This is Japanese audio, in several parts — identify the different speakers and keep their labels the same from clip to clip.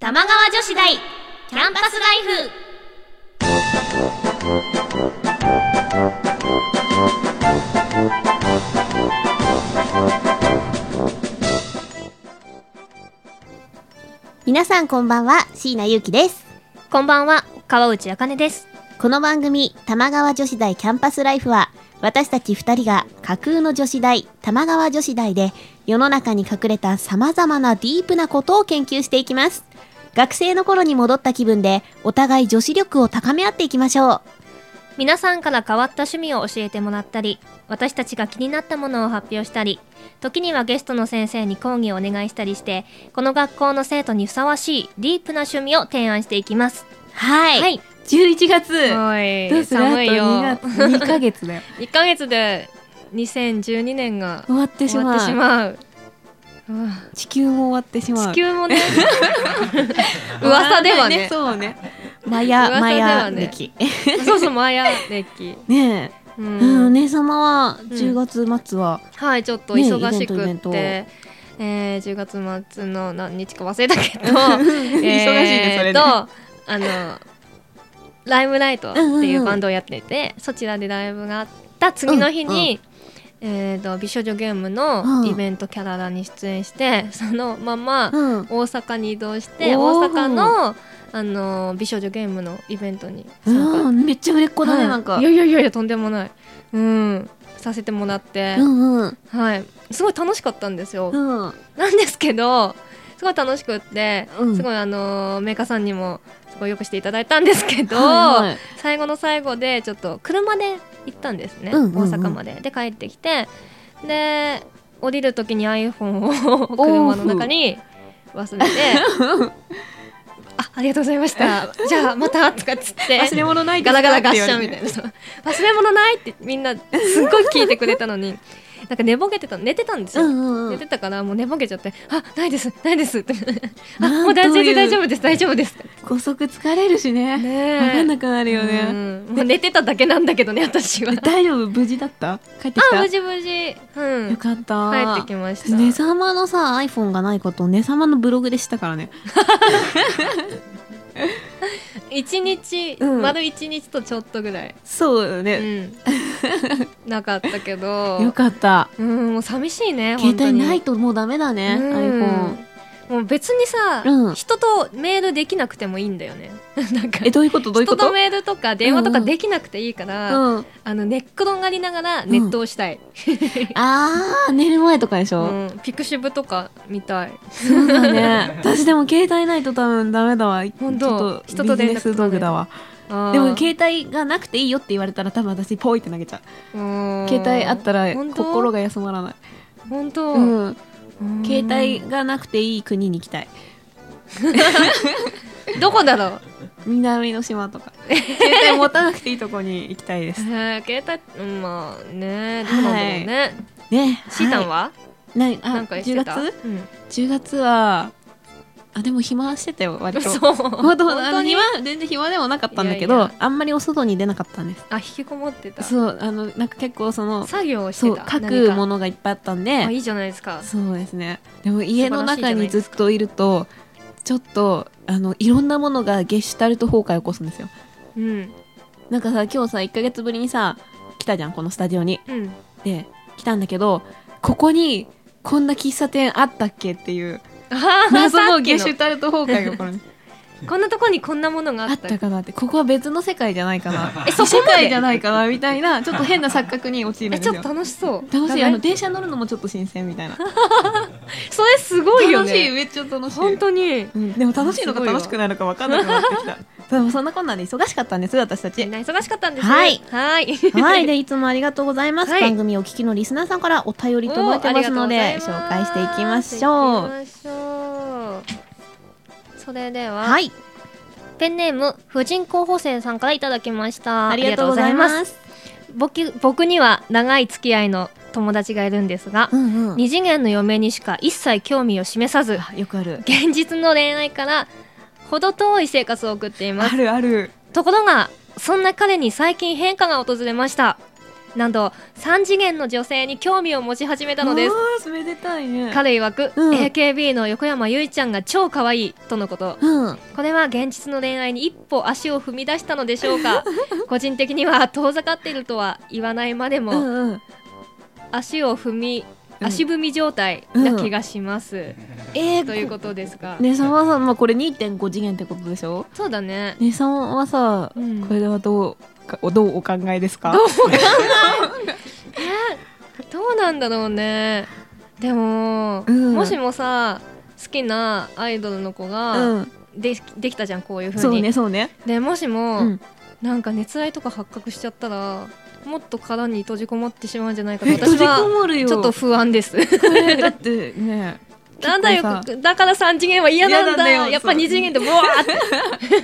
Speaker 1: 玉川女子大キャンパスライフ
Speaker 2: 皆さんこんばんは、椎名ゆうきです。
Speaker 1: こんばんは川内茜です
Speaker 2: この番組、玉川女子大キャンパスライフは、私たち二人が架空の女子大、玉川女子大で、世の中に隠れた様々なディープなことを研究していきます。学生の頃に戻った気分で、お互い女子力を高め合っていきましょう。
Speaker 1: 皆さんから変わった趣味を教えてもらったり私たちが気になったものを発表したり時にはゲストの先生に講義をお願いしたりしてこの学校の生徒にふさわしいディープな趣味を提案していきます
Speaker 2: はい。
Speaker 1: はい
Speaker 2: 11月
Speaker 1: はい
Speaker 2: どうする
Speaker 1: 寒いよ
Speaker 2: あと 2, 月2ヶ月だ よ。
Speaker 1: 1ヶ月で2012年が
Speaker 2: 終わってし
Speaker 1: 終
Speaker 2: ま
Speaker 1: わ
Speaker 2: う。
Speaker 1: ってしまううん
Speaker 2: 地球も終わってしまう。
Speaker 1: 地 球もね噂ではね
Speaker 2: そう ね。マヤ、
Speaker 1: 噂
Speaker 2: マ
Speaker 1: では
Speaker 2: ヤ
Speaker 1: ね
Speaker 2: 歴。
Speaker 1: そうそうマヤ歴
Speaker 2: ねえ。
Speaker 1: う
Speaker 2: うん、
Speaker 1: ん
Speaker 2: 姉様は10月末は、
Speaker 1: はいちょっと
Speaker 2: ね
Speaker 1: 忙し
Speaker 2: イベ
Speaker 1: くっ
Speaker 2: ントイベ
Speaker 1: てえー10月末の何日か忘れたけ ど
Speaker 2: 忙しいねそれ
Speaker 1: え
Speaker 2: ね
Speaker 1: ーとあのライムライトっていうバンドをやっててそちらでライブがあった次の日にえーと美少女ゲーム
Speaker 2: う
Speaker 1: の
Speaker 2: ん
Speaker 1: イベントキャララに出演して そのまま
Speaker 2: うん、
Speaker 1: 大阪に移動して
Speaker 2: おー
Speaker 1: 大阪のあの美少女ゲームのイベントに参加
Speaker 2: うん、めっちゃ売れっ子だね、
Speaker 1: はい
Speaker 2: なんか
Speaker 1: いやいやいやいやとんでもないうんさせてもらって、
Speaker 2: うんうん
Speaker 1: はいすごい楽しかったんですよ、
Speaker 2: うん
Speaker 1: なんですけどすごい楽しくって、
Speaker 2: うん
Speaker 1: すごいあのーメーカーさんにもすごいよくしていただいたんですけど、
Speaker 2: はいはい
Speaker 1: 最後の最後でちょっと車で行ったんですね、
Speaker 2: うんうんうん
Speaker 1: 大阪までで帰ってきてで降りる時に iPhone を車の中に 忘れてあありがとうございましたじゃあまたとかっつって
Speaker 2: 忘れ物ないで
Speaker 1: ガ
Speaker 2: すか
Speaker 1: ラガラガッ
Speaker 2: って
Speaker 1: シ
Speaker 2: 言わ
Speaker 1: ャ
Speaker 2: れ
Speaker 1: ンみ
Speaker 2: て
Speaker 1: たいなそう忘れ物ないってみんなすっごい聞いてくれたのになんか寝ぼけてた寝てたんですよ、
Speaker 2: うんうんう
Speaker 1: 寝
Speaker 2: ん
Speaker 1: てたからもう寝ぼけちゃって「あないですないです」って あ
Speaker 2: なん
Speaker 1: もう大
Speaker 2: ど
Speaker 1: 丈
Speaker 2: うい
Speaker 1: 夫
Speaker 2: う
Speaker 1: 大丈夫です大丈夫です」
Speaker 2: 高速疲れるしね
Speaker 1: ね
Speaker 2: 分かんなくなるよ
Speaker 1: う
Speaker 2: ね
Speaker 1: んもう寝てただけなんだけどね私は
Speaker 2: 大丈夫無事だった帰ってき
Speaker 1: あ
Speaker 2: た
Speaker 1: 無事無事う
Speaker 2: よ
Speaker 1: ん
Speaker 2: かった
Speaker 1: 帰ってきました
Speaker 2: 姉様のさ iPhone がないことを姉様のブログでしたからね
Speaker 1: 一日、
Speaker 2: うん
Speaker 1: 丸一日とちょっとぐ らい、
Speaker 2: そうだ
Speaker 1: う
Speaker 2: ね、
Speaker 1: ん、なかったけど
Speaker 2: よかった
Speaker 1: うんもう寂しいね
Speaker 2: 携帯ない
Speaker 1: ね
Speaker 2: ともうダメだね、iPhone
Speaker 1: もう別にさ、
Speaker 2: うん
Speaker 1: 人とメールできなくてもいいんだよね なんか
Speaker 2: えどういうことどういうこ
Speaker 1: 人
Speaker 2: と
Speaker 1: とメールとか電話とかできなくていいから、
Speaker 2: うん、
Speaker 1: あの寝っ転がりながらネットをしたい、
Speaker 2: あー寝る前とかでし
Speaker 1: う
Speaker 2: ょ、
Speaker 1: んピクシブとか見たい
Speaker 2: そうだね。私でも携帯ないと多分ダメだわ。
Speaker 1: 本当
Speaker 2: ちょっとビジネス道具だわ。
Speaker 1: あー
Speaker 2: でも携帯がなくていいよって言われたら多分私ポイって投げちゃ
Speaker 1: うん
Speaker 2: う。携帯あったら
Speaker 1: 本当
Speaker 2: 心が休まらない。
Speaker 1: 本当、
Speaker 2: うん。
Speaker 1: うん
Speaker 2: 携帯がなくていい国に行きたい。
Speaker 1: どこだろう
Speaker 2: 南の島 とか。携帯持たなくていいとこに行きたいです。
Speaker 1: えー携帯うんまあねどうなんだろう ね、
Speaker 2: ね。
Speaker 1: シータ
Speaker 2: は
Speaker 1: ンは、
Speaker 2: いない、あ、
Speaker 1: なんかして
Speaker 2: 10
Speaker 1: た
Speaker 2: 月
Speaker 1: うん
Speaker 2: ?10 月は、あ、でも暇してたよ、割と。
Speaker 1: そ う
Speaker 2: 本当
Speaker 1: 本
Speaker 2: あ
Speaker 1: 当
Speaker 2: の
Speaker 1: に
Speaker 2: 暇全然暇でもなかったんだけど
Speaker 1: いやいや
Speaker 2: あんまりお外に出なかったんです
Speaker 1: あ引きこもってた
Speaker 2: そうあのなんか結構その
Speaker 1: 作業をして
Speaker 2: そう
Speaker 1: た
Speaker 2: 書
Speaker 1: 何
Speaker 2: く
Speaker 1: か
Speaker 2: ものがいっぱいあったん
Speaker 1: あ
Speaker 2: で
Speaker 1: いいじゃないですか
Speaker 2: そうですねでも家の
Speaker 1: 素晴ら
Speaker 2: 中
Speaker 1: しいじゃない
Speaker 2: に
Speaker 1: で
Speaker 2: ずっ
Speaker 1: すか
Speaker 2: といるとちょっとあのいろんなものがゲシュタルト崩壊を起こすんですよ
Speaker 1: うん
Speaker 2: なんかさ今日さ1ヶ月ぶりにさ来たじゃんこのスタジオに
Speaker 1: うん
Speaker 2: で来たんだけどここにこんな喫茶店あったっけって いう
Speaker 1: あー
Speaker 2: 謎
Speaker 1: さっ
Speaker 2: の
Speaker 1: き
Speaker 2: ゲシュタルト崩壊が起こるんです
Speaker 1: こんなとこにこんなもの が
Speaker 2: あ
Speaker 1: あっ
Speaker 2: ったたかなってここは別の世界じゃないかな
Speaker 1: えそこ
Speaker 2: 世
Speaker 1: ま
Speaker 2: 界
Speaker 1: で
Speaker 2: じゃないかなみたい なちょっと変な錯覚に陥る
Speaker 1: え
Speaker 2: んです
Speaker 1: ち
Speaker 2: よ
Speaker 1: ょっと楽しそう
Speaker 2: 楽しい
Speaker 1: ダ
Speaker 2: あ
Speaker 1: メ
Speaker 2: の電車乗るのもちょっと新鮮みたいな
Speaker 1: それすごいよ
Speaker 2: 楽しい
Speaker 1: ね
Speaker 2: めっちゃ楽しい
Speaker 1: 本当に
Speaker 2: うんでも楽しいの
Speaker 1: す
Speaker 2: か
Speaker 1: ごいわ
Speaker 2: 楽しくないのか分かんなくなってきた でもそんなこんなんで忙しかったんです私た
Speaker 1: みん
Speaker 2: ち
Speaker 1: な忙しかったんですね
Speaker 2: はい
Speaker 1: はい
Speaker 2: はい でいつもありがとうございます、
Speaker 1: はい
Speaker 2: 番組をお聞きのリスナーさんからお便り届いてますの
Speaker 1: おーあ
Speaker 2: で
Speaker 1: りがとうござ
Speaker 2: 紹
Speaker 1: い
Speaker 2: 介
Speaker 1: ま
Speaker 2: し
Speaker 1: す
Speaker 2: ていきましょう
Speaker 1: 行きましょうそれでは、
Speaker 2: はい
Speaker 1: ペンネーム婦人候補生さんからいただきました
Speaker 2: ありがとうございます
Speaker 1: ありがとうございます僕僕には長い付き合いの友達がいるんですが、
Speaker 2: うんうん
Speaker 1: 二次元の嫁にしか一切興味を示さず
Speaker 2: あよくある
Speaker 1: 現実の恋愛からほど遠い生活を送っていま
Speaker 2: あ
Speaker 1: す
Speaker 2: るある
Speaker 1: ところがそんな彼に最近変化が訪れましたなんと3次元の女性に興味を持ち始めたのです
Speaker 2: すめでたいね
Speaker 1: 彼曰く、
Speaker 2: うん
Speaker 1: AKB の横山由依ちゃんが超可愛いとのこと
Speaker 2: うん
Speaker 1: これは現実の恋愛に一歩足を踏み出したのでしょ うか個人的には遠ざかっているとは言わないまで
Speaker 2: う
Speaker 1: も、
Speaker 2: んうん
Speaker 1: 足を踏み
Speaker 2: うん
Speaker 1: 足踏み状態な気がします、
Speaker 2: えー
Speaker 1: ということですが、
Speaker 2: ねさんはさまあこれ2.5次元ってことでしょ
Speaker 1: そうだね、
Speaker 2: ねさんはさ
Speaker 1: うん
Speaker 2: これはどうかどうお考えですか
Speaker 1: どうどうなんだろうねでも、
Speaker 2: うん
Speaker 1: もしもさ好きなアイドルの子が
Speaker 2: うん
Speaker 1: で,、できたじゃんこういう風
Speaker 2: そ
Speaker 1: に
Speaker 2: うねそうね
Speaker 1: でもしも、
Speaker 2: うん
Speaker 1: なんか熱愛とか発覚しちゃったらもっと殻に閉じこもってしまうんじゃないかと
Speaker 2: え閉
Speaker 1: 私
Speaker 2: じこ
Speaker 1: は
Speaker 2: もるよ
Speaker 1: ちょっと不安です
Speaker 2: これだってね
Speaker 1: なんだよ
Speaker 2: 結構さ
Speaker 1: だから3次元は嫌なんだ
Speaker 2: 嫌なんだよ
Speaker 1: やっぱ
Speaker 2: そう
Speaker 1: 2次元でもわーって なっ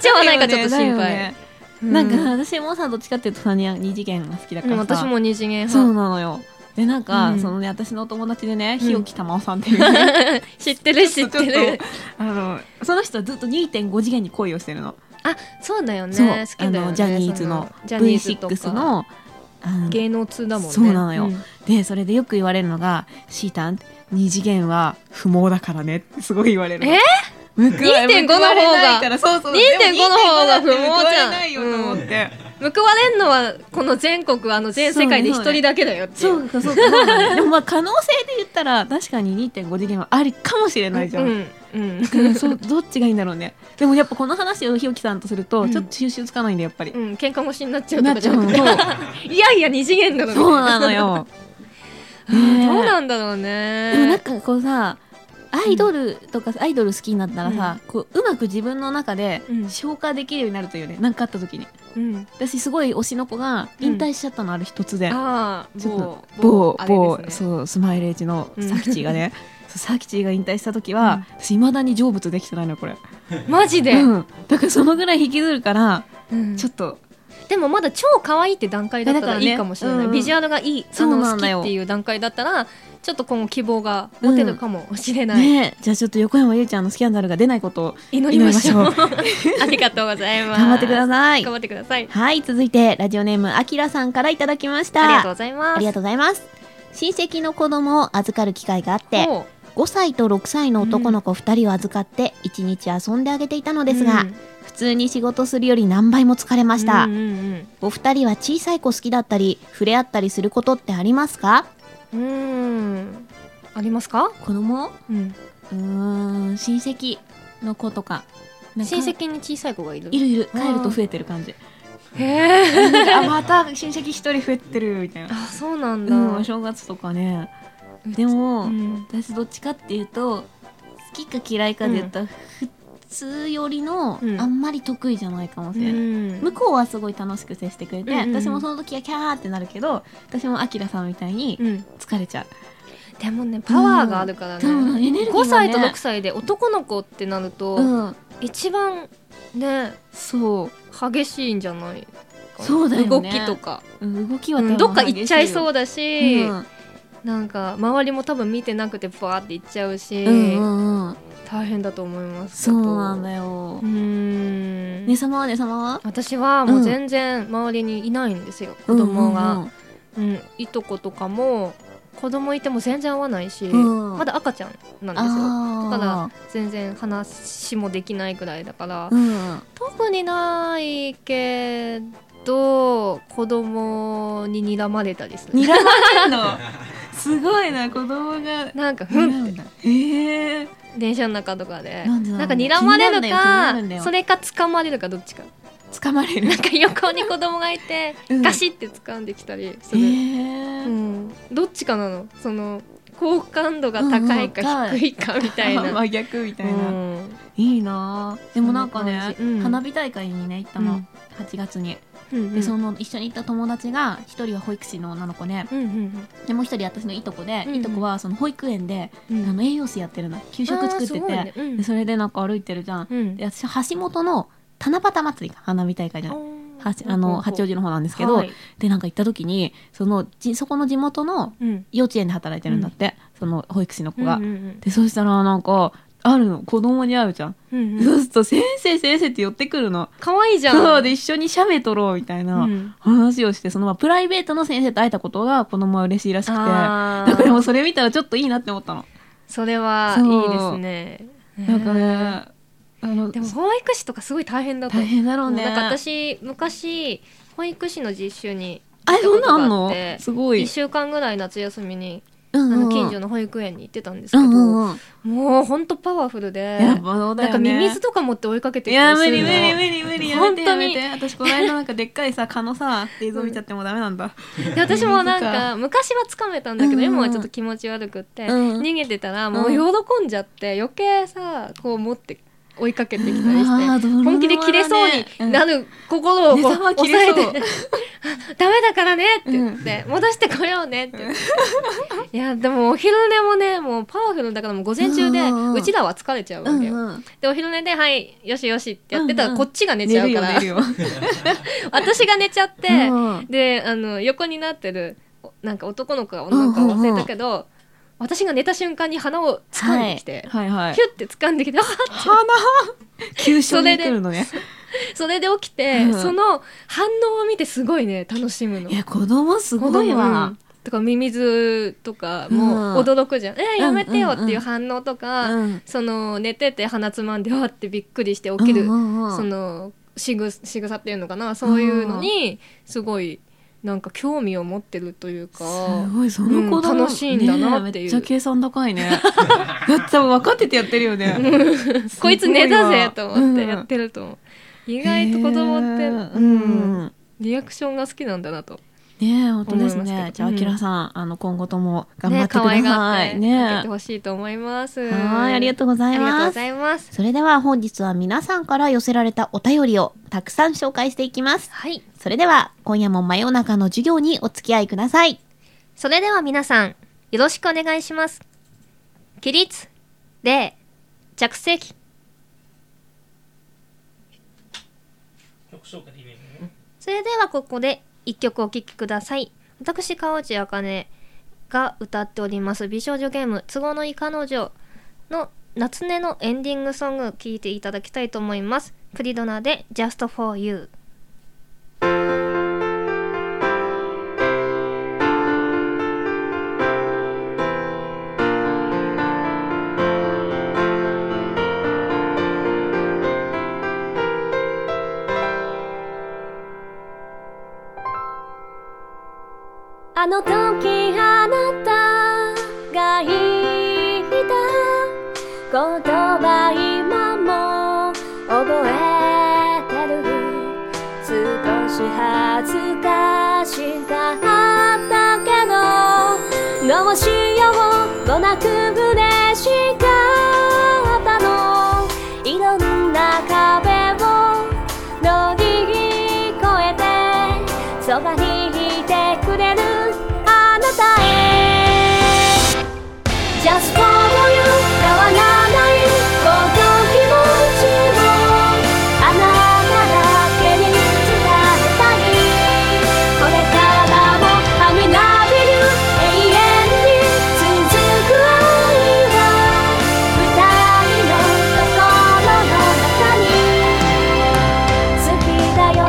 Speaker 1: ちゃわないかちょっと心
Speaker 2: だよ
Speaker 1: 配、
Speaker 2: ねなん
Speaker 1: う
Speaker 2: か私もさどっちかっていうとさ2次元が好きだか
Speaker 1: う
Speaker 2: ら
Speaker 1: ん
Speaker 2: さ
Speaker 1: 私も2次元
Speaker 2: そうな
Speaker 1: 派
Speaker 2: のよでなんか、
Speaker 1: うん
Speaker 2: そのね私のお友達でね
Speaker 1: うん
Speaker 2: 日置玉緒さんっていう ね
Speaker 1: 知ってる知って
Speaker 2: ちょっ
Speaker 1: る
Speaker 2: とあのその人はずっと2.5次元に恋をしてるの、
Speaker 1: あそうだよね
Speaker 2: そう
Speaker 1: 好きだよね
Speaker 2: あのジャニーズの
Speaker 1: そジャニーズとか
Speaker 2: V6 のあの
Speaker 1: 芸能通だもんね
Speaker 2: そうなのよ
Speaker 1: ん
Speaker 2: でそれでよく言われるのが「シータン2次元は不毛だからね」ってすごい言われるの
Speaker 1: え
Speaker 2: 報わ
Speaker 1: 2.5
Speaker 2: 報われないからそうそうでも
Speaker 1: 2.5の方が不毛じゃ
Speaker 2: 2.5だって
Speaker 1: ん
Speaker 2: 報われないよと思って、
Speaker 1: 報われんのはこの全国あの全世界で一人だけだよってい
Speaker 2: そうかそうかそうだねでもまあ可能性で言ったら確かに2.5次元はありかもしれないじゃん、
Speaker 1: うんうん
Speaker 2: うんそうどっちがいいんだろうねでもやっぱこの話をひよきさんとすると、
Speaker 1: うん
Speaker 2: ちょっと収集つかないんだやっぱり、
Speaker 1: うん、喧嘩腰になっちゃうと
Speaker 2: な
Speaker 1: か
Speaker 2: っ
Speaker 1: じ
Speaker 2: ち
Speaker 1: ゃ
Speaker 2: ゃ
Speaker 1: な
Speaker 2: う
Speaker 1: く
Speaker 2: の
Speaker 1: て
Speaker 2: そう
Speaker 1: いやいや二次元なの
Speaker 2: そうなのよ、ねえ
Speaker 1: どうなんだろ
Speaker 2: でもな
Speaker 1: う
Speaker 2: ん
Speaker 1: ね
Speaker 2: かこうさアイドルとかアイドル好きになったらさ、うこううまく自分の中で
Speaker 1: うん
Speaker 2: 消化できるようになるというね何、なん、かあった時に
Speaker 1: うん
Speaker 2: 私すごい推しの子が引退しちゃったの、ある日突然
Speaker 1: ああ
Speaker 2: ちょっと
Speaker 1: 某
Speaker 2: 某
Speaker 1: あれ
Speaker 2: 某、
Speaker 1: ですね
Speaker 2: そうスマイルエッジの
Speaker 1: うん
Speaker 2: サキチーが ね、そうサキチーが引退した時は、私いまだに成仏できてないのよこれ、
Speaker 1: マジで、
Speaker 2: うん、だからそのぐらい引きずるから、
Speaker 1: うん
Speaker 2: ちょっと
Speaker 1: でもまだ超可愛いって段階だったら
Speaker 2: だから
Speaker 1: い
Speaker 2: ね
Speaker 1: いかもしれない、
Speaker 2: うん
Speaker 1: ビジュアルがいいあ
Speaker 2: そう
Speaker 1: の
Speaker 2: な
Speaker 1: 好
Speaker 2: ん
Speaker 1: き
Speaker 2: だよ
Speaker 1: っていう段階だったらちょっと今後希望が持てるかもしれない、
Speaker 2: ねえじゃあちょっと横山ゆうちゃんのスキャンダルが出ないことを
Speaker 1: 祈り
Speaker 2: 祈りま
Speaker 1: まし
Speaker 2: し
Speaker 1: ょ
Speaker 2: ょ
Speaker 1: う
Speaker 2: う
Speaker 1: ありがとうございます
Speaker 2: 頑張ってください
Speaker 1: 頑張ってください
Speaker 2: はい続いてラジオネームあきらさんからいただきました
Speaker 1: ありがとうございます
Speaker 2: ありが
Speaker 1: と
Speaker 2: とうございます親戚の子供を預かる機会があっ
Speaker 1: う
Speaker 2: て5歳と6歳の男の子2人を預かって1日遊んであげていたのですが、普通に仕事するより何倍も疲れました、
Speaker 1: うんうん
Speaker 2: お二人は小さい子好きだったり触れ合ったりすることってありますか
Speaker 1: うんうんありますか、
Speaker 2: 子供
Speaker 1: うん、
Speaker 2: うーん親戚の子とかなんか
Speaker 1: 親戚に小さい子がいる
Speaker 2: いるいる
Speaker 1: あー
Speaker 2: 帰ると増えてる感じ
Speaker 1: へえ
Speaker 2: なんかあまた親戚一人増えてるみたいな
Speaker 1: あそうなんだ、
Speaker 2: うんお正月とかね
Speaker 1: うち
Speaker 2: でも、
Speaker 1: うん
Speaker 2: 私どっちかっていうと好きか嫌いかで言ったら、普通よりの、
Speaker 1: うん
Speaker 2: あんまり得意じゃないかもしれない、向こうはすごい楽しく接してくれて、
Speaker 1: うんうんうん
Speaker 2: 私もその時はキャーってなるけど私もアキラさんみたいに
Speaker 1: うん
Speaker 2: 疲れちゃう、
Speaker 1: でもねパワーがあるからね、
Speaker 2: そうなのエネルギーがね
Speaker 1: 5歳と6歳で男の子ってなると、
Speaker 2: うん、
Speaker 1: 一番ね
Speaker 2: そう
Speaker 1: 激しいんじゃないかな
Speaker 2: そうだよね
Speaker 1: 動きとか、
Speaker 2: うん動き
Speaker 1: う
Speaker 2: は多
Speaker 1: ん
Speaker 2: 分
Speaker 1: どっか行っちゃいそううだ
Speaker 2: だ
Speaker 1: し、なんか周りも多分見てなくてバーって行っちゃうし、
Speaker 2: うんうんうん
Speaker 1: 大変だと思います
Speaker 2: そうなんだ
Speaker 1: よ
Speaker 2: よ
Speaker 1: うーん
Speaker 2: ねさまはねさまは
Speaker 1: 私はもう全然周りにいないんですよ、子供が、うん、いとことかも子供いても全然合わないし、
Speaker 2: うん
Speaker 1: まだ赤ちゃんなんですよ
Speaker 2: あ
Speaker 1: だ
Speaker 2: あ
Speaker 1: か全然話もできないくらいだから、
Speaker 2: うん
Speaker 1: 特にないけど子供に睨まれたりする
Speaker 2: 睨まれん のすごいな子供が
Speaker 1: なんかふんって
Speaker 2: へえ
Speaker 1: 電車の中とかで
Speaker 2: なんで
Speaker 1: な
Speaker 2: なんん
Speaker 1: か
Speaker 2: で
Speaker 1: 睨まれる
Speaker 2: 気になるんだよ気になるんだ
Speaker 1: か
Speaker 2: よ
Speaker 1: それか掴まれるかどっちか
Speaker 2: 掴まれる
Speaker 1: なんか横に子供がいて
Speaker 2: うん
Speaker 1: ガシって掴んできたりす
Speaker 2: へ
Speaker 1: る、
Speaker 2: え
Speaker 1: うん、どっちかなのその好感度が高いか
Speaker 2: うんうん
Speaker 1: 低いかみたいな。
Speaker 2: 真逆みたいな、
Speaker 1: うん
Speaker 2: いいなあでもなんかね、
Speaker 1: そんな感じうん
Speaker 2: 花火大会にね行った
Speaker 1: う
Speaker 2: の、
Speaker 1: ん
Speaker 2: 八8月に
Speaker 1: うんう
Speaker 2: で
Speaker 1: ん
Speaker 2: その一緒に行った友達が一人は保育士の女の子で
Speaker 1: うんうん
Speaker 2: でもう一人私のいとこで、
Speaker 1: うんうん
Speaker 2: いとこはその保育園で、
Speaker 1: うん
Speaker 2: あの栄養士やってるの給食作ってて、
Speaker 1: あーすごいねうん
Speaker 2: でそれでなんか歩いてるじゃん、
Speaker 1: うん
Speaker 2: で私橋本の七夕祭りか花火大会じゃんはしあの八王子の方なんですけど、
Speaker 1: はい
Speaker 2: でなんか行った時にそのじそこの地元の
Speaker 1: うん
Speaker 2: 幼稚園で働いてるんだって、その保育士の子が。
Speaker 1: うんうんうん
Speaker 2: でそうしたらなんか「あるの子供に会うじゃん、
Speaker 1: うん
Speaker 2: そううんすると「先生先生」って寄ってくるの
Speaker 1: 可愛いじゃん
Speaker 2: そうで一緒に写メ撮ろうみたいな、
Speaker 1: うん
Speaker 2: 話をしてそのまあプライベートの先生と会えたことが子供は嬉しいらしくてだ
Speaker 1: あー
Speaker 2: からもうそれ見たらちょっといいなって思ったの
Speaker 1: それは
Speaker 2: そう
Speaker 1: いいですね
Speaker 2: なんかねあの
Speaker 1: でも保育士とかすごい大変だと
Speaker 2: 大
Speaker 1: 思う
Speaker 2: 変だろうね
Speaker 1: なんか私昔保育士の実習に
Speaker 2: あそんなんあんの
Speaker 1: 行ったことがあって
Speaker 2: すごい
Speaker 1: 1週間ぐらい夏休みに
Speaker 2: あ
Speaker 1: あの近所
Speaker 2: の
Speaker 1: の保育園に行ってたんですけ
Speaker 2: う
Speaker 1: ど、
Speaker 2: んうんうん
Speaker 1: もうほんとパワフルで
Speaker 2: やっぱそうだ
Speaker 1: な
Speaker 2: よ
Speaker 1: んか
Speaker 2: ね
Speaker 1: ミミズとか持って追いかけて
Speaker 2: い
Speaker 1: きた
Speaker 2: や
Speaker 1: り
Speaker 2: 無
Speaker 1: するの
Speaker 2: 理無理無理無理やめ
Speaker 1: 本
Speaker 2: て
Speaker 1: 当
Speaker 2: やめ
Speaker 1: に
Speaker 2: て私この間なんかでっかいさ蚊のさ映像見ちゃってもうダメなんだ
Speaker 1: で私もなん
Speaker 2: ミミズ
Speaker 1: か昔はつかめたんだけど、
Speaker 2: うんうんうん
Speaker 1: 今はちょっと気持ち悪くって、
Speaker 2: うん
Speaker 1: 逃げてたらもう
Speaker 2: うん
Speaker 1: 喜んじゃって余計さこう持って追いかけてきたり
Speaker 2: うわー泥沼だ
Speaker 1: して
Speaker 2: ね
Speaker 1: 本気で切れそうになる心
Speaker 2: う
Speaker 1: をこう
Speaker 2: ん値段は切
Speaker 1: 抑
Speaker 2: れ
Speaker 1: え
Speaker 2: そう
Speaker 1: てダメだからねって言って、戻してこようねって言って いやでもお昼寝もねもうパワフルだからもう午前中で
Speaker 2: うんうんうん
Speaker 1: うちらは疲れちゃうわけよ、
Speaker 2: うんうん
Speaker 1: でお昼寝で「はいよしよし」ってやって
Speaker 2: う
Speaker 1: た
Speaker 2: ん
Speaker 1: ら
Speaker 2: うん
Speaker 1: こっちが寝ち
Speaker 2: 寝
Speaker 1: ゃう
Speaker 2: る
Speaker 1: か
Speaker 2: よ寝
Speaker 1: ら、
Speaker 2: る よ
Speaker 1: 私が寝ちゃって、
Speaker 2: うん
Speaker 1: であの横になってるおなんか男の子が女の子が忘れたけど、私が寝た瞬間に鼻を掴んできて、
Speaker 2: はいはい
Speaker 1: ヒュッて掴んできてあー
Speaker 2: 花急所に来るのね
Speaker 1: それで起きて、
Speaker 2: うん
Speaker 1: その反応を見てすごいね楽しむの
Speaker 2: い。や子供すごいわ
Speaker 1: うんとかミミズとか
Speaker 2: う
Speaker 1: も
Speaker 2: ん
Speaker 1: 驚くじゃん「えーやめてよ」
Speaker 2: うんうんうん
Speaker 1: っていう反応とか、
Speaker 2: うん
Speaker 1: その寝てて鼻つまんでわーってびっくりして起きる、
Speaker 2: うんうんうん
Speaker 1: そのしぐ仕草っていうのかなそういうのにすごいなんか興味を持ってるというか
Speaker 2: すごいその子供、
Speaker 1: うん楽しいんだなって
Speaker 2: ねえ
Speaker 1: いう
Speaker 2: めっちゃ計算高い ねだって多分分かっててやってるよね
Speaker 1: こいつ寝たぜと思って
Speaker 2: うん
Speaker 1: やってると思う、意外と子供って、
Speaker 2: へえ
Speaker 1: う
Speaker 2: うんんね
Speaker 1: リアクションが好きなんだなと
Speaker 2: え本当です
Speaker 1: 思いますけ
Speaker 2: ね
Speaker 1: ど
Speaker 2: じゃあ
Speaker 1: う
Speaker 2: あ
Speaker 1: ん
Speaker 2: きらさんあの今後とも頑張っ
Speaker 1: ね
Speaker 2: てくだ
Speaker 1: 可愛が
Speaker 2: さ
Speaker 1: って
Speaker 2: い
Speaker 1: やっ
Speaker 2: ね
Speaker 1: てほしいと思います
Speaker 2: はいありがとうござ
Speaker 1: あ
Speaker 2: い
Speaker 1: りがとう
Speaker 2: ま
Speaker 1: ご
Speaker 2: す
Speaker 1: ざいます
Speaker 2: それでは本日は皆さんから寄せられたお便りをたくさん紹介していきます
Speaker 1: はい
Speaker 2: それでは今夜も真夜中の授業にお付き合いください
Speaker 1: それでは皆さん、よろしくお願いします。起立、礼、着席。それではここで一曲お聴きください。私、川内茜が歌っております美少女ゲーム「都合のいい彼女」の夏音のエンディングソング聴いていただきたいと思います。プリドナで Just for You。あの時あなたが言った言葉今も覚えてる少し恥ずかしかったけどどうしようもなく嬉しかったのいろんな壁を乗り越えてそばにいてくれるあなたへ Just for you 変わらないこの気持ちをあなただけに伝えたいこれからもはみなびる永遠に続く愛は二人の心の中に好きだよ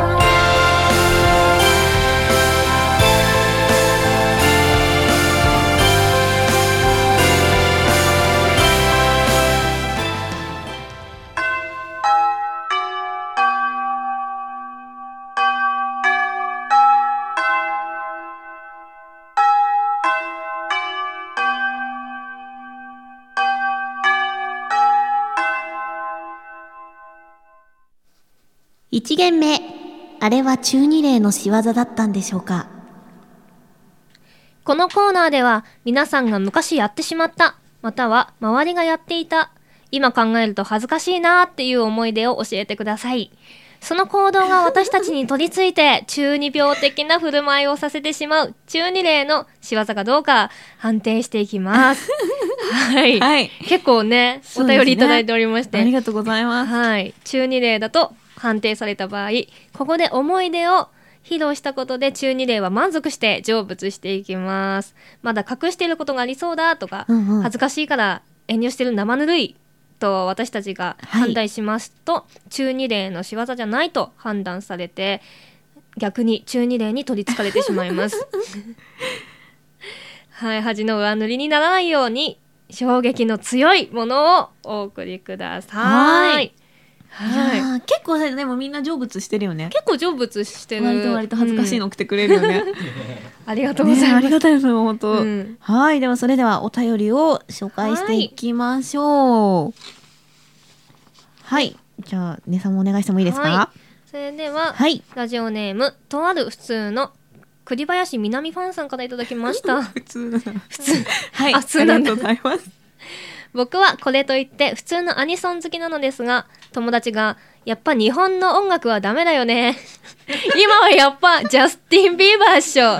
Speaker 2: 1限目あれは中二例の仕業だったんでしょうか
Speaker 1: このコーナーでは皆さんが昔やってしまった、または周りがやっていた、今考えると恥ずかしいなっていう思い出を教えてください。その行動が私たちに取り付いて中二病的な振る舞いをさせてしまう中二例の仕業かどうか判定してい きます。はい。
Speaker 2: はい
Speaker 1: 結構ね、
Speaker 2: そ
Speaker 1: お
Speaker 2: うですね
Speaker 1: 便りいただいておりまして。
Speaker 2: ありがとうございます
Speaker 1: はい。中二例だと判定された場合、ここで思い出を披露したことで中二例は満足して成仏していきます。まだ隠していることがありそうだとか、
Speaker 2: うんうん
Speaker 1: 恥ずかしいから遠慮してる生ぬるいと私たちが判断しますと、中二例の仕業じゃないと判断されて逆に中二例に取りつかれてしまいます はい恥の上塗りにならないように衝撃の強いものをお送りください
Speaker 2: はい
Speaker 1: はい
Speaker 2: やー結構ねでもみんな成仏してるよね
Speaker 1: 結構成仏してる
Speaker 2: 割と割と恥ずかしいの送ってくれるよね、
Speaker 1: うんありがとうござ
Speaker 2: ね
Speaker 1: い
Speaker 2: あ
Speaker 1: ます、
Speaker 2: りがたいです本当、
Speaker 1: うん
Speaker 2: はいではそれではお便りを紹介していきましょうはい、じゃあねさんもお願いしてもいいですか
Speaker 1: はそれでは、
Speaker 2: はい、
Speaker 1: ラジオネームとある普通の栗林南ファンさんからいただきました
Speaker 2: 普通な普
Speaker 1: 通
Speaker 2: はい
Speaker 1: あ普通なんだ
Speaker 2: ありがとうございます
Speaker 1: 僕はこれといって普通のアニソン好きなのですが友達がやっぱ日本の音楽はダメだよね 今はやっぱジャスティン・ビーバーっしょ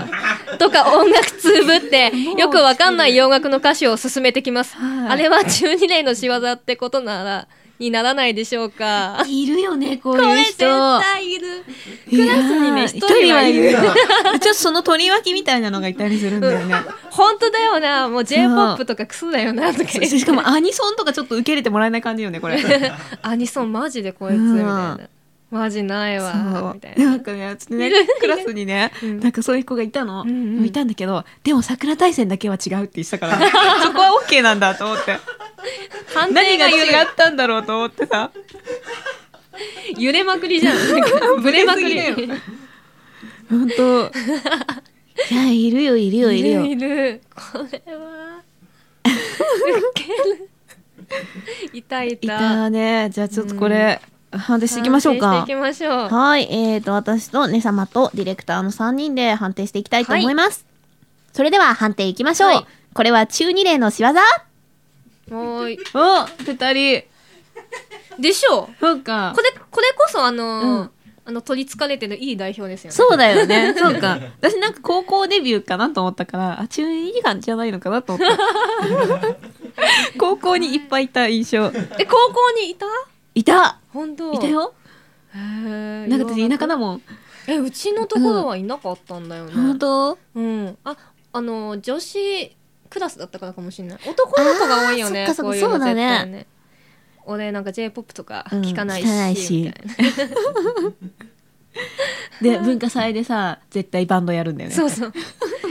Speaker 1: とか音楽つぶってよくわかんない洋楽の歌詞を進めてきます
Speaker 2: はい
Speaker 1: あれは12年の仕業ってことならにならないでしょうか
Speaker 2: いるよねこう
Speaker 1: これ
Speaker 2: いう
Speaker 1: 絶
Speaker 2: 人
Speaker 1: 対いるクラスにね
Speaker 2: いやー
Speaker 1: 一人はいる
Speaker 2: 一人はいるちょっとその取り分けみたいなのがいたりするんだ よね
Speaker 1: 本当だよなもう J-POP とかクソだよなとか言って
Speaker 2: しかもアニソンとかちょっと受け入れてもらえない感じよねこれ
Speaker 1: アニソンマジでこいつみたいなマジないわ
Speaker 2: そう
Speaker 1: みたいな
Speaker 2: なんかね、ちょっと ね、クラスにね、
Speaker 1: うん
Speaker 2: なんかそういう子がいたの、
Speaker 1: うんうん
Speaker 2: でもいたんだけど、でも桜大戦だけは違うって言ってたから、 そこは OK なんだと思 って、
Speaker 1: 判
Speaker 2: 何
Speaker 1: 定
Speaker 2: が
Speaker 1: が
Speaker 2: 違
Speaker 1: 揺
Speaker 2: っ
Speaker 1: れ
Speaker 2: たんだろうと思ってさ、
Speaker 1: 揺れまくりじゃんなんか ブレまく
Speaker 2: 揺
Speaker 1: り
Speaker 2: れすぎだ 本当いや、いるよ、いるよ、いるよ。
Speaker 1: いるこれはウケるいたい
Speaker 2: い
Speaker 1: た
Speaker 2: たね。じゃあちょっとこれ、判定していきましょう
Speaker 1: 反省
Speaker 2: か
Speaker 1: してい。きましょう
Speaker 2: はい、えーと、私とね様とディレクターの3人で判定していきたいと思います。それでは判定いきましょう。
Speaker 1: はい
Speaker 2: これは中二例の仕業
Speaker 1: もうい
Speaker 2: お二人。
Speaker 1: でしょう
Speaker 2: そうか
Speaker 1: こ。れこれこそあのー
Speaker 2: うん
Speaker 1: あの取りつかれてるいい代表ですよね
Speaker 2: そうだよね。そうか。私なんか高校デビューかなと思ったから、あ、中二時間じゃないのかなと思った。高校にいっぱいいた印象。
Speaker 1: え高校にいた
Speaker 2: いた
Speaker 1: 本当
Speaker 2: いたよ。
Speaker 1: へー
Speaker 2: なんか私田舎だもん。
Speaker 1: えうちのところはいなかったんだよね、
Speaker 2: 本当
Speaker 1: うん、ああの女子クラスだったからかもしれない男の子が多いよね
Speaker 2: あーそっかそっか
Speaker 1: こういうの
Speaker 2: そうだね
Speaker 1: 絶対ね俺なんか j p o p とか聞かないし,、
Speaker 2: うん聞かないし
Speaker 1: みたいな
Speaker 2: で、文化祭でさ、絶対バンドやるんだよね。
Speaker 1: そ うそう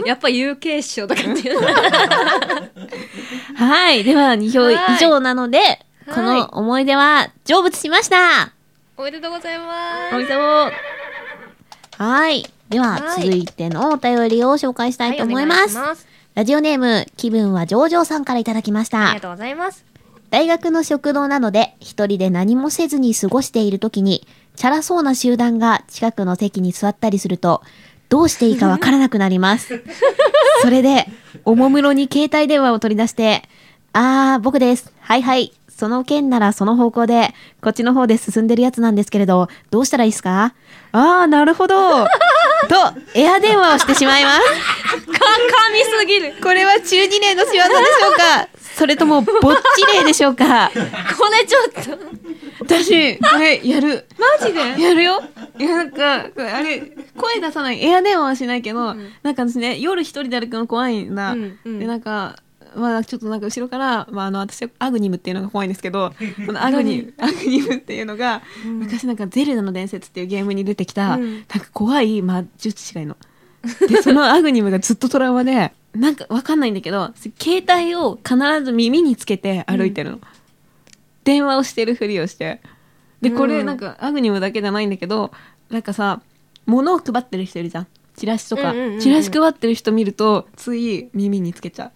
Speaker 1: やっぱ有形賞とかっていう
Speaker 2: はい。では、2票
Speaker 1: はい
Speaker 2: 以上なので、この思い出は成仏しました。
Speaker 1: おめでとうございます
Speaker 2: おめでとう。はい。では、
Speaker 1: はい
Speaker 2: 続いてのお便りを紹介したいと思います。
Speaker 1: はいお願いします
Speaker 2: ラジオネーム、気分は上々さんからいただきまし
Speaker 1: ありが
Speaker 2: た。
Speaker 1: とうございます
Speaker 2: 大学の食堂などで、一人で何もせずに過ごしているときに、チャラそうな集団が近くの席に座ったりすると、どうしていいかわからなくなり ます。それで、おもむろに携帯電話を取り出して、あー、僕です。はいはい。その件ならその方向で、こっちの方で進んでるやつなんですけれど、どうしたらいいですかあー、なるほど。 と、エア電話をしてしまいます。
Speaker 1: か神すぎる
Speaker 2: これは中二例の仕業でしょうかそれともぼっち例でしょうか
Speaker 1: これちょっと
Speaker 2: 私、これやる。
Speaker 1: マジで
Speaker 2: やるよいや、なんか、これあれ、声出さない。エア電話はしないけど、なんかですね、夜一人で歩くの怖いんだ。
Speaker 1: うんうん
Speaker 2: で、なんか、まあ、ちょっとなんか後ろから、まあ、あの私はアグニムっていうのが怖いんですけどこのアグニムアグニムっていうのが、昔なんか「ゼルダの伝説」っていうゲームに出てきた、
Speaker 1: うん
Speaker 2: なんか怖い魔術師がいるの。でそのアグニムがずっとトラウマで なんかわかんないんだけど携帯を必ず耳につけて歩いてるの、電話をしてるふりをしてでこ
Speaker 1: う
Speaker 2: れ
Speaker 1: ん
Speaker 2: なんかアグニムだけじゃないんだけどなんかさ物を配ってる人いるじゃんチラシとか、
Speaker 1: うんうんうんうん
Speaker 2: チラシ配ってる人見るとつい耳につけち ゃう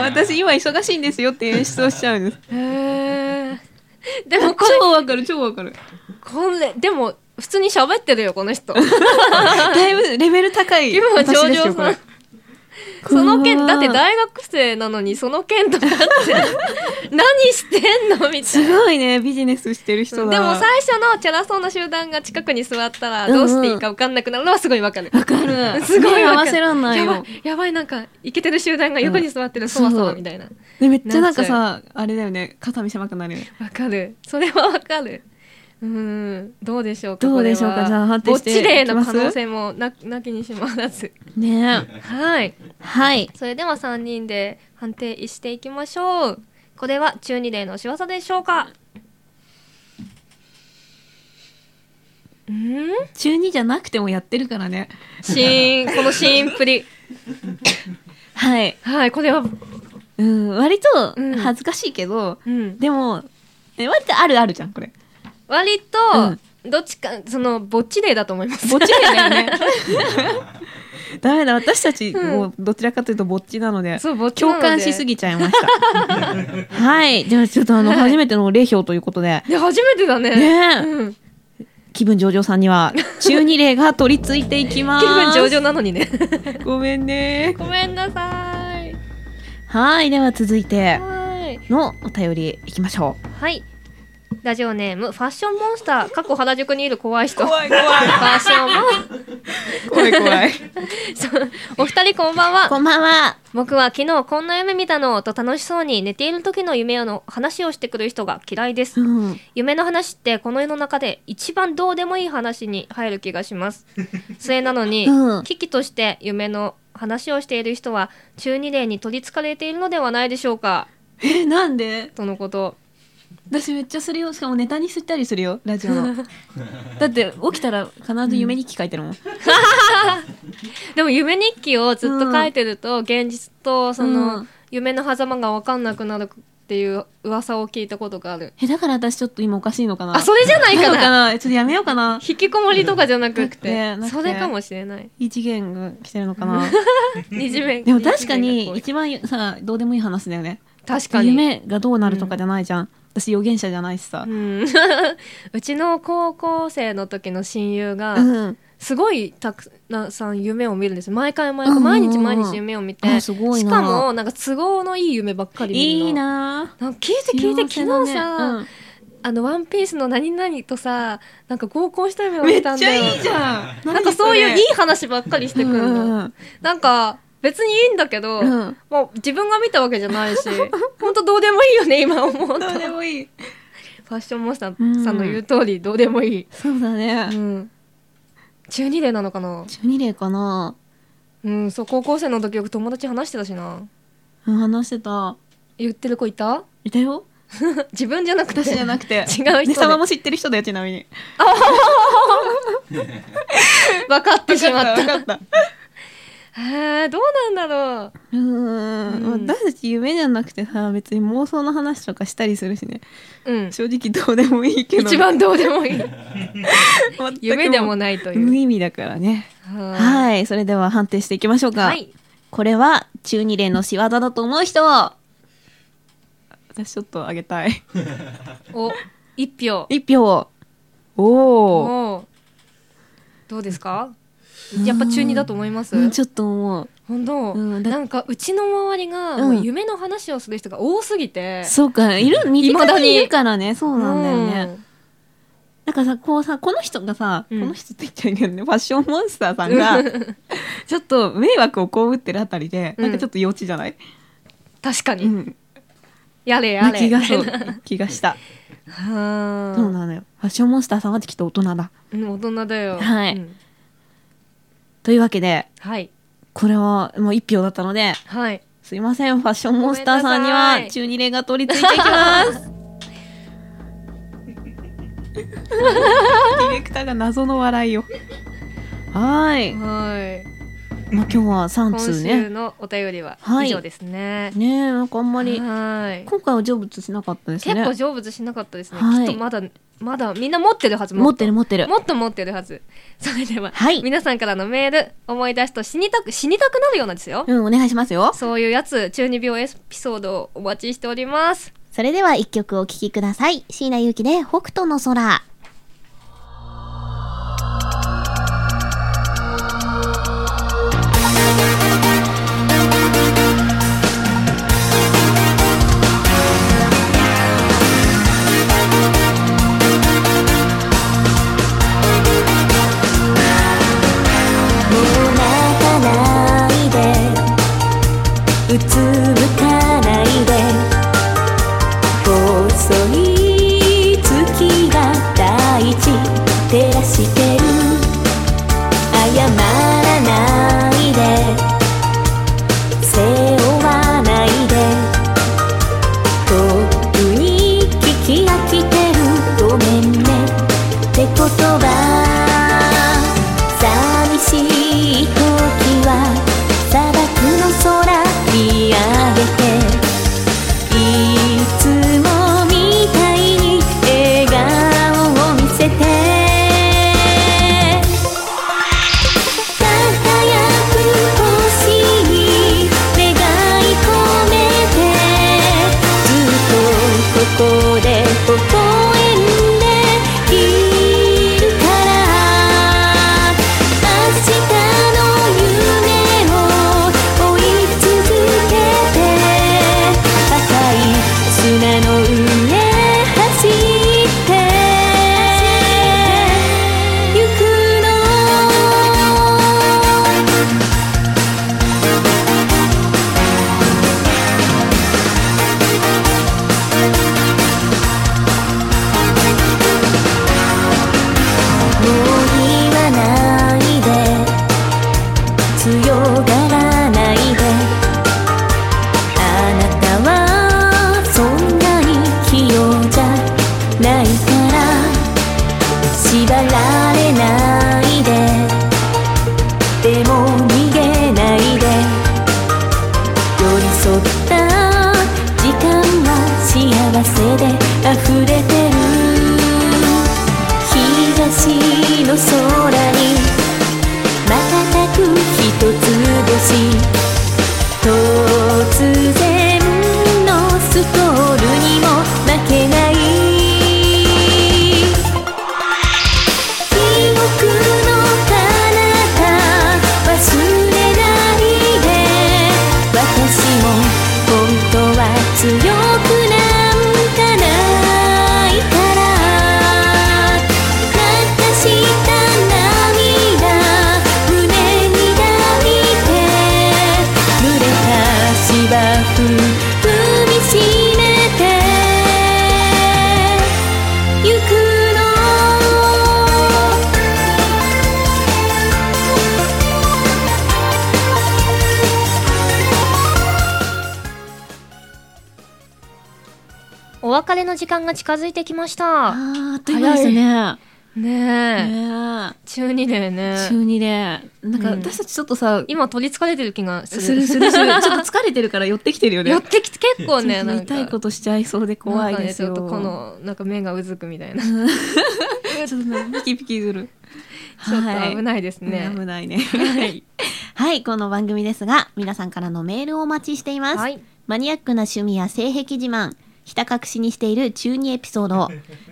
Speaker 2: 私今忙しいんですよって演出をしちゃうん です
Speaker 1: へーでもこれ
Speaker 2: 超わかる超わかる
Speaker 1: これでも普通に喋ってるよこの人
Speaker 2: だいぶレベル高い
Speaker 1: 気分は上
Speaker 2: 私で
Speaker 1: 々
Speaker 2: すよこれ
Speaker 1: さんその件、
Speaker 2: うわ
Speaker 1: だって大学生なのに、その件 とかって、何してんのみたい
Speaker 2: す
Speaker 1: な。
Speaker 2: ごいねビジネスしてる人だ
Speaker 1: でも最初のチャラそうな集団が近くに座ったら、どうしていいか分かんなくなるのはすごいわかる。
Speaker 2: わかる。
Speaker 1: すごい
Speaker 2: 目合
Speaker 1: わか
Speaker 2: わ
Speaker 1: る。
Speaker 2: せらんない
Speaker 1: やば
Speaker 2: よ。
Speaker 1: い、やばい、なんか、イケてる集団が横に座ってる、そわそわみたいな。
Speaker 2: でめっちゃなんかさ、あれだよね、肩身狭くなるよね。
Speaker 1: わかる。それはわかる。うん、どうでしょうか
Speaker 2: どうでしょうかじゃあ判定して
Speaker 1: ぼっち例
Speaker 2: いき
Speaker 1: の
Speaker 2: ます
Speaker 1: 可能性もな、なきにしもあらず。
Speaker 2: ね
Speaker 1: はい。
Speaker 2: はい。
Speaker 1: それでは3人で判定していきましょう。これは中二例の仕業でしょうかうん
Speaker 2: 中二じゃなくてもやってるからね。
Speaker 1: シ ーンこのシーンっぷり
Speaker 2: はい。
Speaker 1: はいこれは
Speaker 2: うん、割と
Speaker 1: うん
Speaker 2: 恥ずかしいけど、
Speaker 1: うん
Speaker 2: でも、え割とあるあるじゃん、これ。
Speaker 1: 割と、どっちかそのぼっち例だと思います
Speaker 2: ぼっちだよ ね。ダメだ、私たち、もうどちらかというとぼっちなので、
Speaker 1: そうぼっちなの
Speaker 2: 共
Speaker 1: で
Speaker 2: 感しすぎちゃいました。 はい。ではちょっとあの、
Speaker 1: はい
Speaker 2: 初めての例表ということで、
Speaker 1: で初めてだね
Speaker 2: ねえ
Speaker 1: うん、
Speaker 2: 気分上々さんには、中二例が取り付いていきます。
Speaker 1: 気分上々なのにね
Speaker 2: 々。ごめんね。
Speaker 1: ごめんなさい
Speaker 2: はい。では続いて
Speaker 1: はい
Speaker 2: のお便りいきましょう。
Speaker 1: はいラジオネームファッションモンスター過去原宿にいる怖い人
Speaker 2: い怖い。
Speaker 1: ファッションモン
Speaker 2: 怖い怖い。
Speaker 1: そうお二人こんばんは
Speaker 2: こんばんは。
Speaker 1: 僕は昨日こんな夢見たのと楽しそうに寝ている時の夢の話をしてくる人が嫌いです
Speaker 2: うん。
Speaker 1: 夢の話ってこの世の中で一番どうでもいい話に入る気がします。それなのに、
Speaker 2: うん
Speaker 1: 危機として夢の話をしている人は中二例に取りつかれているのではないでしょうか
Speaker 2: え、なんで
Speaker 1: とのこと。
Speaker 2: 私めっちゃするよ。しかもネタにしたりするよ、ラジオ の。だって起きたら必ず夢日記書いてるもん。
Speaker 1: でも夢日記をずっと書いてると、現実とその、
Speaker 2: うん
Speaker 1: 夢の狭間が分かんなくなるっていう噂を聞いたことがある。
Speaker 2: え、だから私ちょっと今おかしいのかな。
Speaker 1: あ、それじゃないか
Speaker 2: どうか
Speaker 1: な
Speaker 2: なちょっとやめようかな。
Speaker 1: 引きこもりとかじゃなくて、
Speaker 2: ねなくて
Speaker 1: それかもしれない。
Speaker 2: 異次元が来てるのかな。
Speaker 1: 二次元
Speaker 2: でも確かに
Speaker 1: 二次元がこ
Speaker 2: 一番さ、どうでもいい話だよね。
Speaker 1: う確かに。
Speaker 2: 夢がどうなるとかじゃないじゃん。私予言者じゃないしさ
Speaker 1: う。ん うちの高校生の時の親友が
Speaker 2: うん。
Speaker 1: すごいたくさん夢を見るんですよ毎回毎
Speaker 2: うん
Speaker 1: 回
Speaker 2: うんうん
Speaker 1: 毎日毎日夢を見て
Speaker 2: あ
Speaker 1: し
Speaker 2: すごいな
Speaker 1: かもなんか都合のいい夢ばっかり見るの
Speaker 2: いいな
Speaker 1: なんか聞いて聞いて
Speaker 2: 幸せだ
Speaker 1: 昨
Speaker 2: ね
Speaker 1: 日さ、
Speaker 2: うん
Speaker 1: あの「ワンピースの何々とさなんか合コンした夢を
Speaker 2: め
Speaker 1: 見
Speaker 2: った
Speaker 1: ん
Speaker 2: ち
Speaker 1: だ
Speaker 2: ゃ
Speaker 1: よ
Speaker 2: いいじゃん。
Speaker 1: なんかそういうい
Speaker 2: い
Speaker 1: い話ばっかりしてくるの、なんか別にいいんだけど、
Speaker 2: うん
Speaker 1: もう自分が見たわけじゃないし ほんとどうでもいいよね今思うと
Speaker 2: どうで
Speaker 1: フ
Speaker 2: もいい。
Speaker 1: ァッションモンスターさんの言う通りどうでもいい
Speaker 2: そうだ
Speaker 1: う
Speaker 2: ね。
Speaker 1: ん。中二例なのかな
Speaker 2: 中二例かな。
Speaker 1: うん、そう、高校生の時よく友達話してたしな。
Speaker 2: うん話してた。
Speaker 1: 言ってる子いた
Speaker 2: いたよ。
Speaker 1: 自分じゃなくて。
Speaker 2: 私じゃなくて。
Speaker 1: 違う人で
Speaker 2: ね様も知ってる人だよ、ちなみに。
Speaker 1: 分かってしまった。
Speaker 2: わかった。
Speaker 1: へえ、どうなんだろ
Speaker 2: う
Speaker 1: う。
Speaker 2: ー
Speaker 1: うん
Speaker 2: ん。私たち夢じゃなくてさ、別に妄想の話とかしたりするしね。
Speaker 1: う ん。
Speaker 2: 正直どうでもいいけど。
Speaker 1: 一番どうでもいい。
Speaker 2: 全くもう
Speaker 1: 夢でもないという。
Speaker 2: 無意味だからね。
Speaker 1: は
Speaker 2: はい。それでは判定していきましょう
Speaker 1: い。
Speaker 2: か。
Speaker 1: はい。
Speaker 2: これは中二例の仕業だと思う人私ちょっとあげた い。
Speaker 1: お、一票。
Speaker 2: 一票。おー。
Speaker 1: おうどうですかやっぱ中二だと思います
Speaker 2: うん、ちょっと思う。
Speaker 1: 本当、
Speaker 2: うんだ
Speaker 1: なんかうちの周りが、
Speaker 2: うん
Speaker 1: もう夢の話をする人が多すぎて
Speaker 2: そうか、いる、身
Speaker 1: 未だ
Speaker 2: 近
Speaker 1: に
Speaker 2: にいるからね、そうなんだよね。
Speaker 1: うん
Speaker 2: なんかさ、こうさ、この人がさ、
Speaker 1: うん
Speaker 2: この人って言っちゃいけどね、ファッションモンスターさんが、ちょっと迷惑をこうってるあたりで、
Speaker 1: うん
Speaker 2: なんかちょっと幼稚じゃない
Speaker 1: 確かに、
Speaker 2: うん。
Speaker 1: やれや
Speaker 2: な
Speaker 1: れ
Speaker 2: 気がそう、気がした。
Speaker 1: は
Speaker 2: そうなのよ。ファッションモンスターさんはきっと大人だ。
Speaker 1: うん、大人だよ。
Speaker 2: はい
Speaker 1: うん
Speaker 2: というわけで、
Speaker 1: はい。
Speaker 2: これはもう一票だったので、
Speaker 1: はい。
Speaker 2: すいません、ファッションモンスターさんに
Speaker 1: ごめんなさ
Speaker 2: は、
Speaker 1: い
Speaker 2: 中二例が取り付いていき ます。ディレクターが謎の笑いを。はーい。
Speaker 1: はい。
Speaker 2: まあ、今日は3
Speaker 1: 今
Speaker 2: 通
Speaker 1: 週
Speaker 2: ね。
Speaker 1: のお便りは
Speaker 2: はい
Speaker 1: 以上ですね。
Speaker 2: ねえ、なんかあんま
Speaker 1: は
Speaker 2: り、
Speaker 1: い。
Speaker 2: 今回は成仏しなかったですね。
Speaker 1: 結構成仏しなかったですね。
Speaker 2: はい
Speaker 1: きっとまだ、まだ、みんな持ってるはず。
Speaker 2: 持ってる
Speaker 1: も
Speaker 2: 持ってる。
Speaker 1: もっと持ってるはず。 それでは、
Speaker 2: はい
Speaker 1: 皆さんからのメール、思い出すと死にたく、死にたくなるようなんですよ。
Speaker 2: うん、お願いしますよ。
Speaker 1: そういうやつ、中二病エピソードをお待ちしております。
Speaker 2: それでは一曲お聴きください。椎名ゆきで北斗の空。
Speaker 3: もう泣かないでうつむかないで細い月がせで溢れてる東の空に瞬く一つ星突然のストールにも負けない記憶の彼方忘れないで私も本当は強くなんかないから流した涙胸に抱いて濡れた芝生踏みしめてゆくの
Speaker 1: お別れの時間が近づいてきました。
Speaker 2: あーあっという間ですね。
Speaker 1: ねえ。
Speaker 2: ね
Speaker 1: 中二だよね
Speaker 2: え。中二で。なんか
Speaker 1: うん
Speaker 2: 私たちちょっとさ、
Speaker 1: 今取り憑かれてる気がする。
Speaker 2: するす るする。ちょっと疲れてるから寄ってきてるよね。
Speaker 1: 寄ってきて結構ね、なん
Speaker 2: 見
Speaker 1: か。
Speaker 2: たいことしちゃいそうで怖いですよ。
Speaker 1: なんかね、ちょっとこの、なんか目がうずくみたいな。ち
Speaker 2: ちょっとねピキピキする。
Speaker 1: ょっと危
Speaker 2: い
Speaker 1: ないですね。
Speaker 2: 危ないね。はい。はい、この番組ですが、皆さんからのメールをお待ちしています。
Speaker 1: はい。
Speaker 2: マニアックな趣味や性癖自慢、ひた隠しにしている中二エピソードを、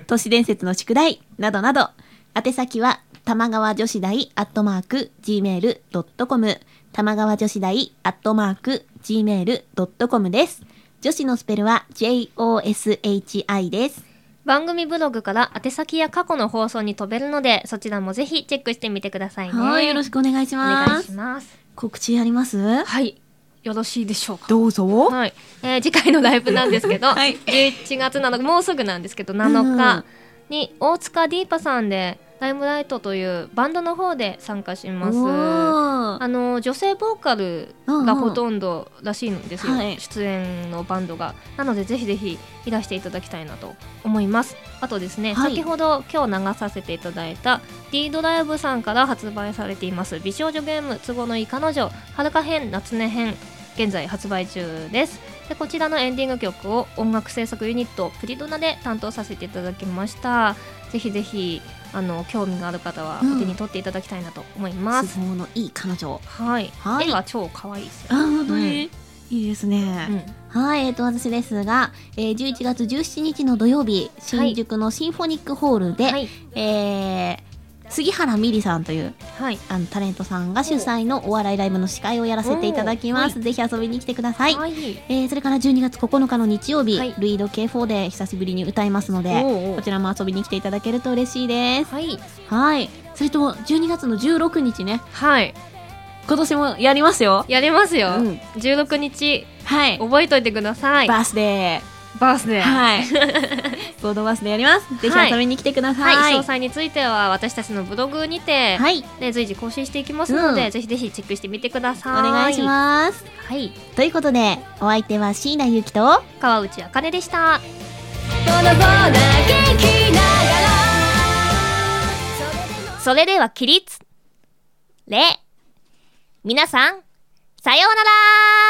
Speaker 2: 都市伝説の宿題、などなど、宛先は、玉川女子大アットマーク gmail.com 玉川女子大アットマーク gmail.com です。女子のスペルは joshi です。
Speaker 1: 番組ブログから宛先や過去の放送に飛べるので、そちらもぜひチェックしてみてくださいね。
Speaker 2: はい、よろ
Speaker 1: しく
Speaker 2: しくお願いし
Speaker 1: お
Speaker 2: ます。
Speaker 1: 願いします。
Speaker 2: 告知あります
Speaker 1: はい。よろしいでしょうか。
Speaker 2: どうぞ。
Speaker 1: はい、えー次回のライブなんです けど、
Speaker 2: はい
Speaker 1: 11月7日もうすぐなんですけど7日に大塚ディーパさんで「ライムライト」というバンドの方で参加します。
Speaker 2: おー
Speaker 1: あの女性ボーカルがほとんどらしいんですよ、
Speaker 2: うんうんはい
Speaker 1: 出演のバンドがなのでぜひぜひいらしていただきたいなと思いますあとですね、
Speaker 2: はい
Speaker 1: 先ほど今日流させていただいた D ドライブさんから発売されています美少女ゲーム都合のいい彼女遥か編夏音編現在発売中ですでこちらのエンディング曲を音楽制作ユニットプリドナで担当させていただきましたぜひぜひあの興味がある方は
Speaker 2: うん
Speaker 1: お手に取っていただきたいなと思います、
Speaker 2: 都合のいい彼女。
Speaker 1: はい、
Speaker 2: はい
Speaker 1: 絵が超可愛いですよ
Speaker 2: あ、本当に、いいですね。
Speaker 1: うん
Speaker 2: はい、えっ、と、私ですが、えー、11月17日の土曜日、新宿のシンフォニックホールで、
Speaker 1: はい
Speaker 2: えー杉原みりさんという
Speaker 1: はい
Speaker 2: あのタレントさんが主催のお笑いライブの司会をやらせていただきます。ぜひ遊びに来てください。
Speaker 1: はい
Speaker 2: えーそれから12月9日の日曜日、
Speaker 1: はい
Speaker 2: ルイード K4 で久しぶりに歌いますので、
Speaker 1: おうおう
Speaker 2: こちらも遊びに来ていただけると嬉しいです。
Speaker 1: はい
Speaker 2: はい。それと、12月の16日ね、
Speaker 1: はい
Speaker 2: 今年もやりますよ。
Speaker 1: やりますよ、
Speaker 2: うん
Speaker 1: 16日
Speaker 2: はい。
Speaker 1: 覚えといてください
Speaker 2: バースデ
Speaker 1: バース
Speaker 2: ー。
Speaker 1: デー
Speaker 2: はい。合同バースデーやります。ぜひ遊びに来てください。
Speaker 1: はい、詳
Speaker 2: はい。
Speaker 1: 細については私たちのブログにて、ね、随時更新していきますので、
Speaker 2: うん
Speaker 1: ぜひぜひチェックしてみてくだ
Speaker 2: お
Speaker 1: さい
Speaker 2: 願いします。
Speaker 1: すはい
Speaker 2: ということで、お相手は椎名ゆきと、
Speaker 1: 川内あかねでした
Speaker 3: ほらほら元気ながら
Speaker 1: それでは起立礼皆さんさようなら